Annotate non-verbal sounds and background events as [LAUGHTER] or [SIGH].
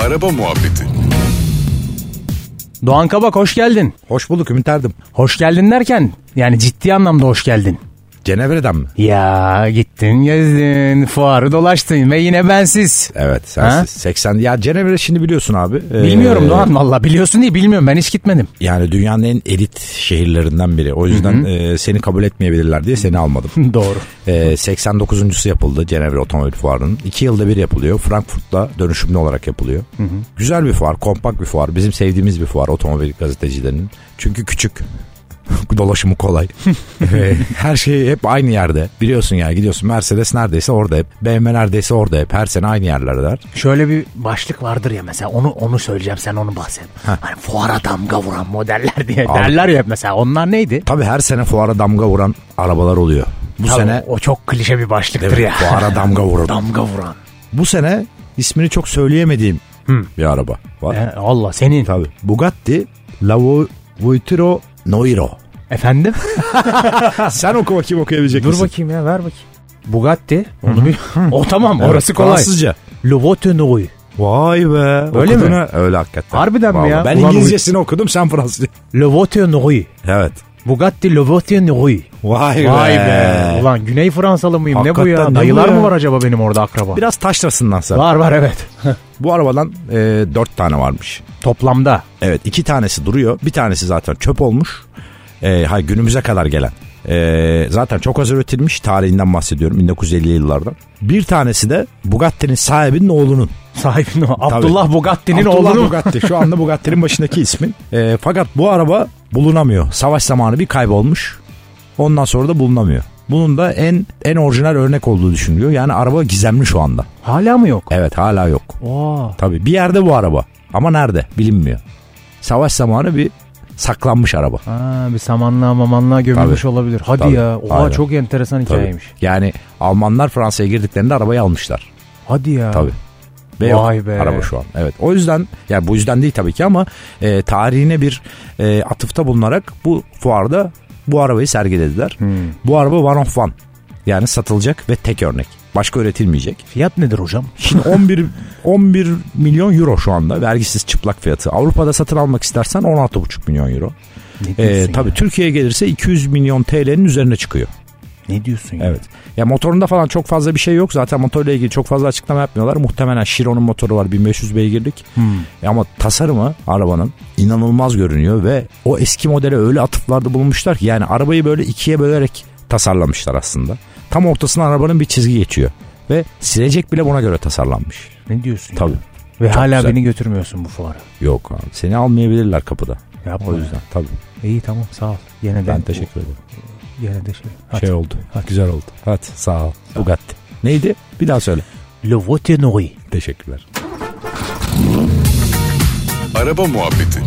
Araba Muhabbeti Doğan Kabak hoş geldin. Hoş bulduk Ümit Erdim. Hoş geldin derken yani ciddi anlamda hoş geldin. Cenevre'den mi? Ya gittin gezdin fuarı dolaştın ve yine bensiz. Evet Ha? sensiz. 80 ya Cenevre şimdi biliyorsun abi. ee, Bilmiyorum Doğan valla biliyorsun değil bilmiyorum ben hiç gitmedim. Yani dünyanın en elit şehirlerinden biri. O yüzden e, seni kabul etmeyebilirler diye seni almadım. [LAUGHS] Doğru. Ee, 89.sü yapıldı Cenevre Otomobil Fuarı'nın. 2 yılda bir yapılıyor. Frankfurt'ta dönüşümlü olarak yapılıyor. Güzel bir fuar, kompakt bir fuar. Bizim sevdiğimiz bir fuar otomobil gazetecilerinin. Çünkü küçük. [LAUGHS] [LAUGHS] Dolaşımı kolay. Ee, her şey hep aynı yerde. Biliyorsun yani gidiyorsun Mercedes neredeyse orada hep. BMW neredeyse orada hep. Her sene aynı yerlerdeler. Şöyle bir başlık vardır ya mesela onu onu söyleyeceğim sen onu bahset. Hani fuara damga vuran modeller diye Abi. derler ya hep mesela onlar neydi? Tabii her sene fuara damga vuran arabalar oluyor. Bu Tabii, sene O çok klişe bir başlıktır Evet, ya. fuara damga [LAUGHS] vuran. damga vuran. bu sene ismini çok söyleyemediğim bir araba var. E, Allah senin. Tabii. Bugatti La Vo- Voituro Noiro. Efendim? Sen oku bakayım okuyabilecek Dur bakayım ya ver bakayım. Bugatti. Onu bir... o tamam Evet, orası kolay. Fransızca. Lovotenoi. Vay be. Öyle Okudun mi? ha. Öyle hakikaten. Harbiden mi Vallahi. ya? Ben Ulan İngilizcesini okudum sen Fransızca. Lovotenoi. Evet. Bugatti Lovotenoi. Vay, Vay be. Ulan Güney Fransalı mıyım ne bu Hakikaten ya? ne bu Dayılar ya? mı var acaba benim orada akraba? Biraz taşlasından sen. Var var evet. Bu arabadan e, dört tane varmış. Toplamda. Evet iki tanesi duruyor. Bir tanesi zaten çöp olmuş. E, hay günümüze kadar gelen. E, zaten çok az üretilmiş. Tarihinden bahsediyorum 1950'li yıllardan. Bir tanesi de Bugatti'nin sahibinin oğlunun. Sahibini o. Abdullah Bugatti'nin Abdullah oğlu mu? Bugatti. Şu anda Bugatti'nin başındaki ismin. E, fakat bu araba bulunamıyor. Savaş zamanı bir kaybolmuş. Ondan sonra da bulunamıyor. Bunun da en en orijinal örnek olduğu düşünülüyor. Yani araba gizemli şu anda. Hala mı yok? Evet hala yok. Oo. Tabii bir yerde bu araba. Ama nerede bilinmiyor. Savaş zamanı bir saklanmış araba. Ha, bir samanlığa mamanlığa gömülmüş Tabii. olabilir. Hadi Tabii. ya. Oha Aynen. çok enteresan Tabii. hikayeymiş. Yani Almanlar Fransa'ya girdiklerinde arabayı almışlar. Hadi ya. Tabii. Ve yok Vay be. araba şu an. Evet. O yüzden yani bu yüzden değil tabii ki ama e, tarihine bir e, atıfta bulunarak bu fuarda bu arabayı sergilediler. Hmm. Bu araba one of one. Yani satılacak ve tek örnek. Başka üretilmeyecek. Fiyat nedir hocam? [LAUGHS] Şimdi 11 11 milyon euro şu anda vergisiz çıplak fiyatı. Avrupa'da satın almak istersen 16,5 milyon euro. Ne E, diyorsun tabii ya? Türkiye'ye gelirse 200 milyon TL'nin üzerine çıkıyor. Ne diyorsun ya? Evet. Ya motorunda falan çok fazla bir şey yok. Zaten motorla ilgili çok fazla açıklama yapmıyorlar. Muhtemelen Chiron'un motoru var 1500 beygirlik. Hmm. E Ama tasarımı arabanın inanılmaz görünüyor ve o eski modele öyle atıflarda bulunmuşlar ki yani arabayı böyle ikiye bölerek tasarlamışlar aslında. Tam ortasına arabanın bir çizgi geçiyor ve silecek bile buna göre tasarlanmış. Ne diyorsun? ya? Tabii. Ve Çok hala güzel. beni götürmüyorsun bu fuara. Yok abi. Seni almayabilirler kapıda. Yapma. O yüzden tabii. İyi tamam sağ ol. Yine de, Ben teşekkür ederim. Yine de şey. Şey oldu. Hadi. Güzel oldu. Hadi sağ ol. Bugatti. Neydi? Bir daha söyle. Lovotenoi. Teşekkürler. Araba Muhabbeti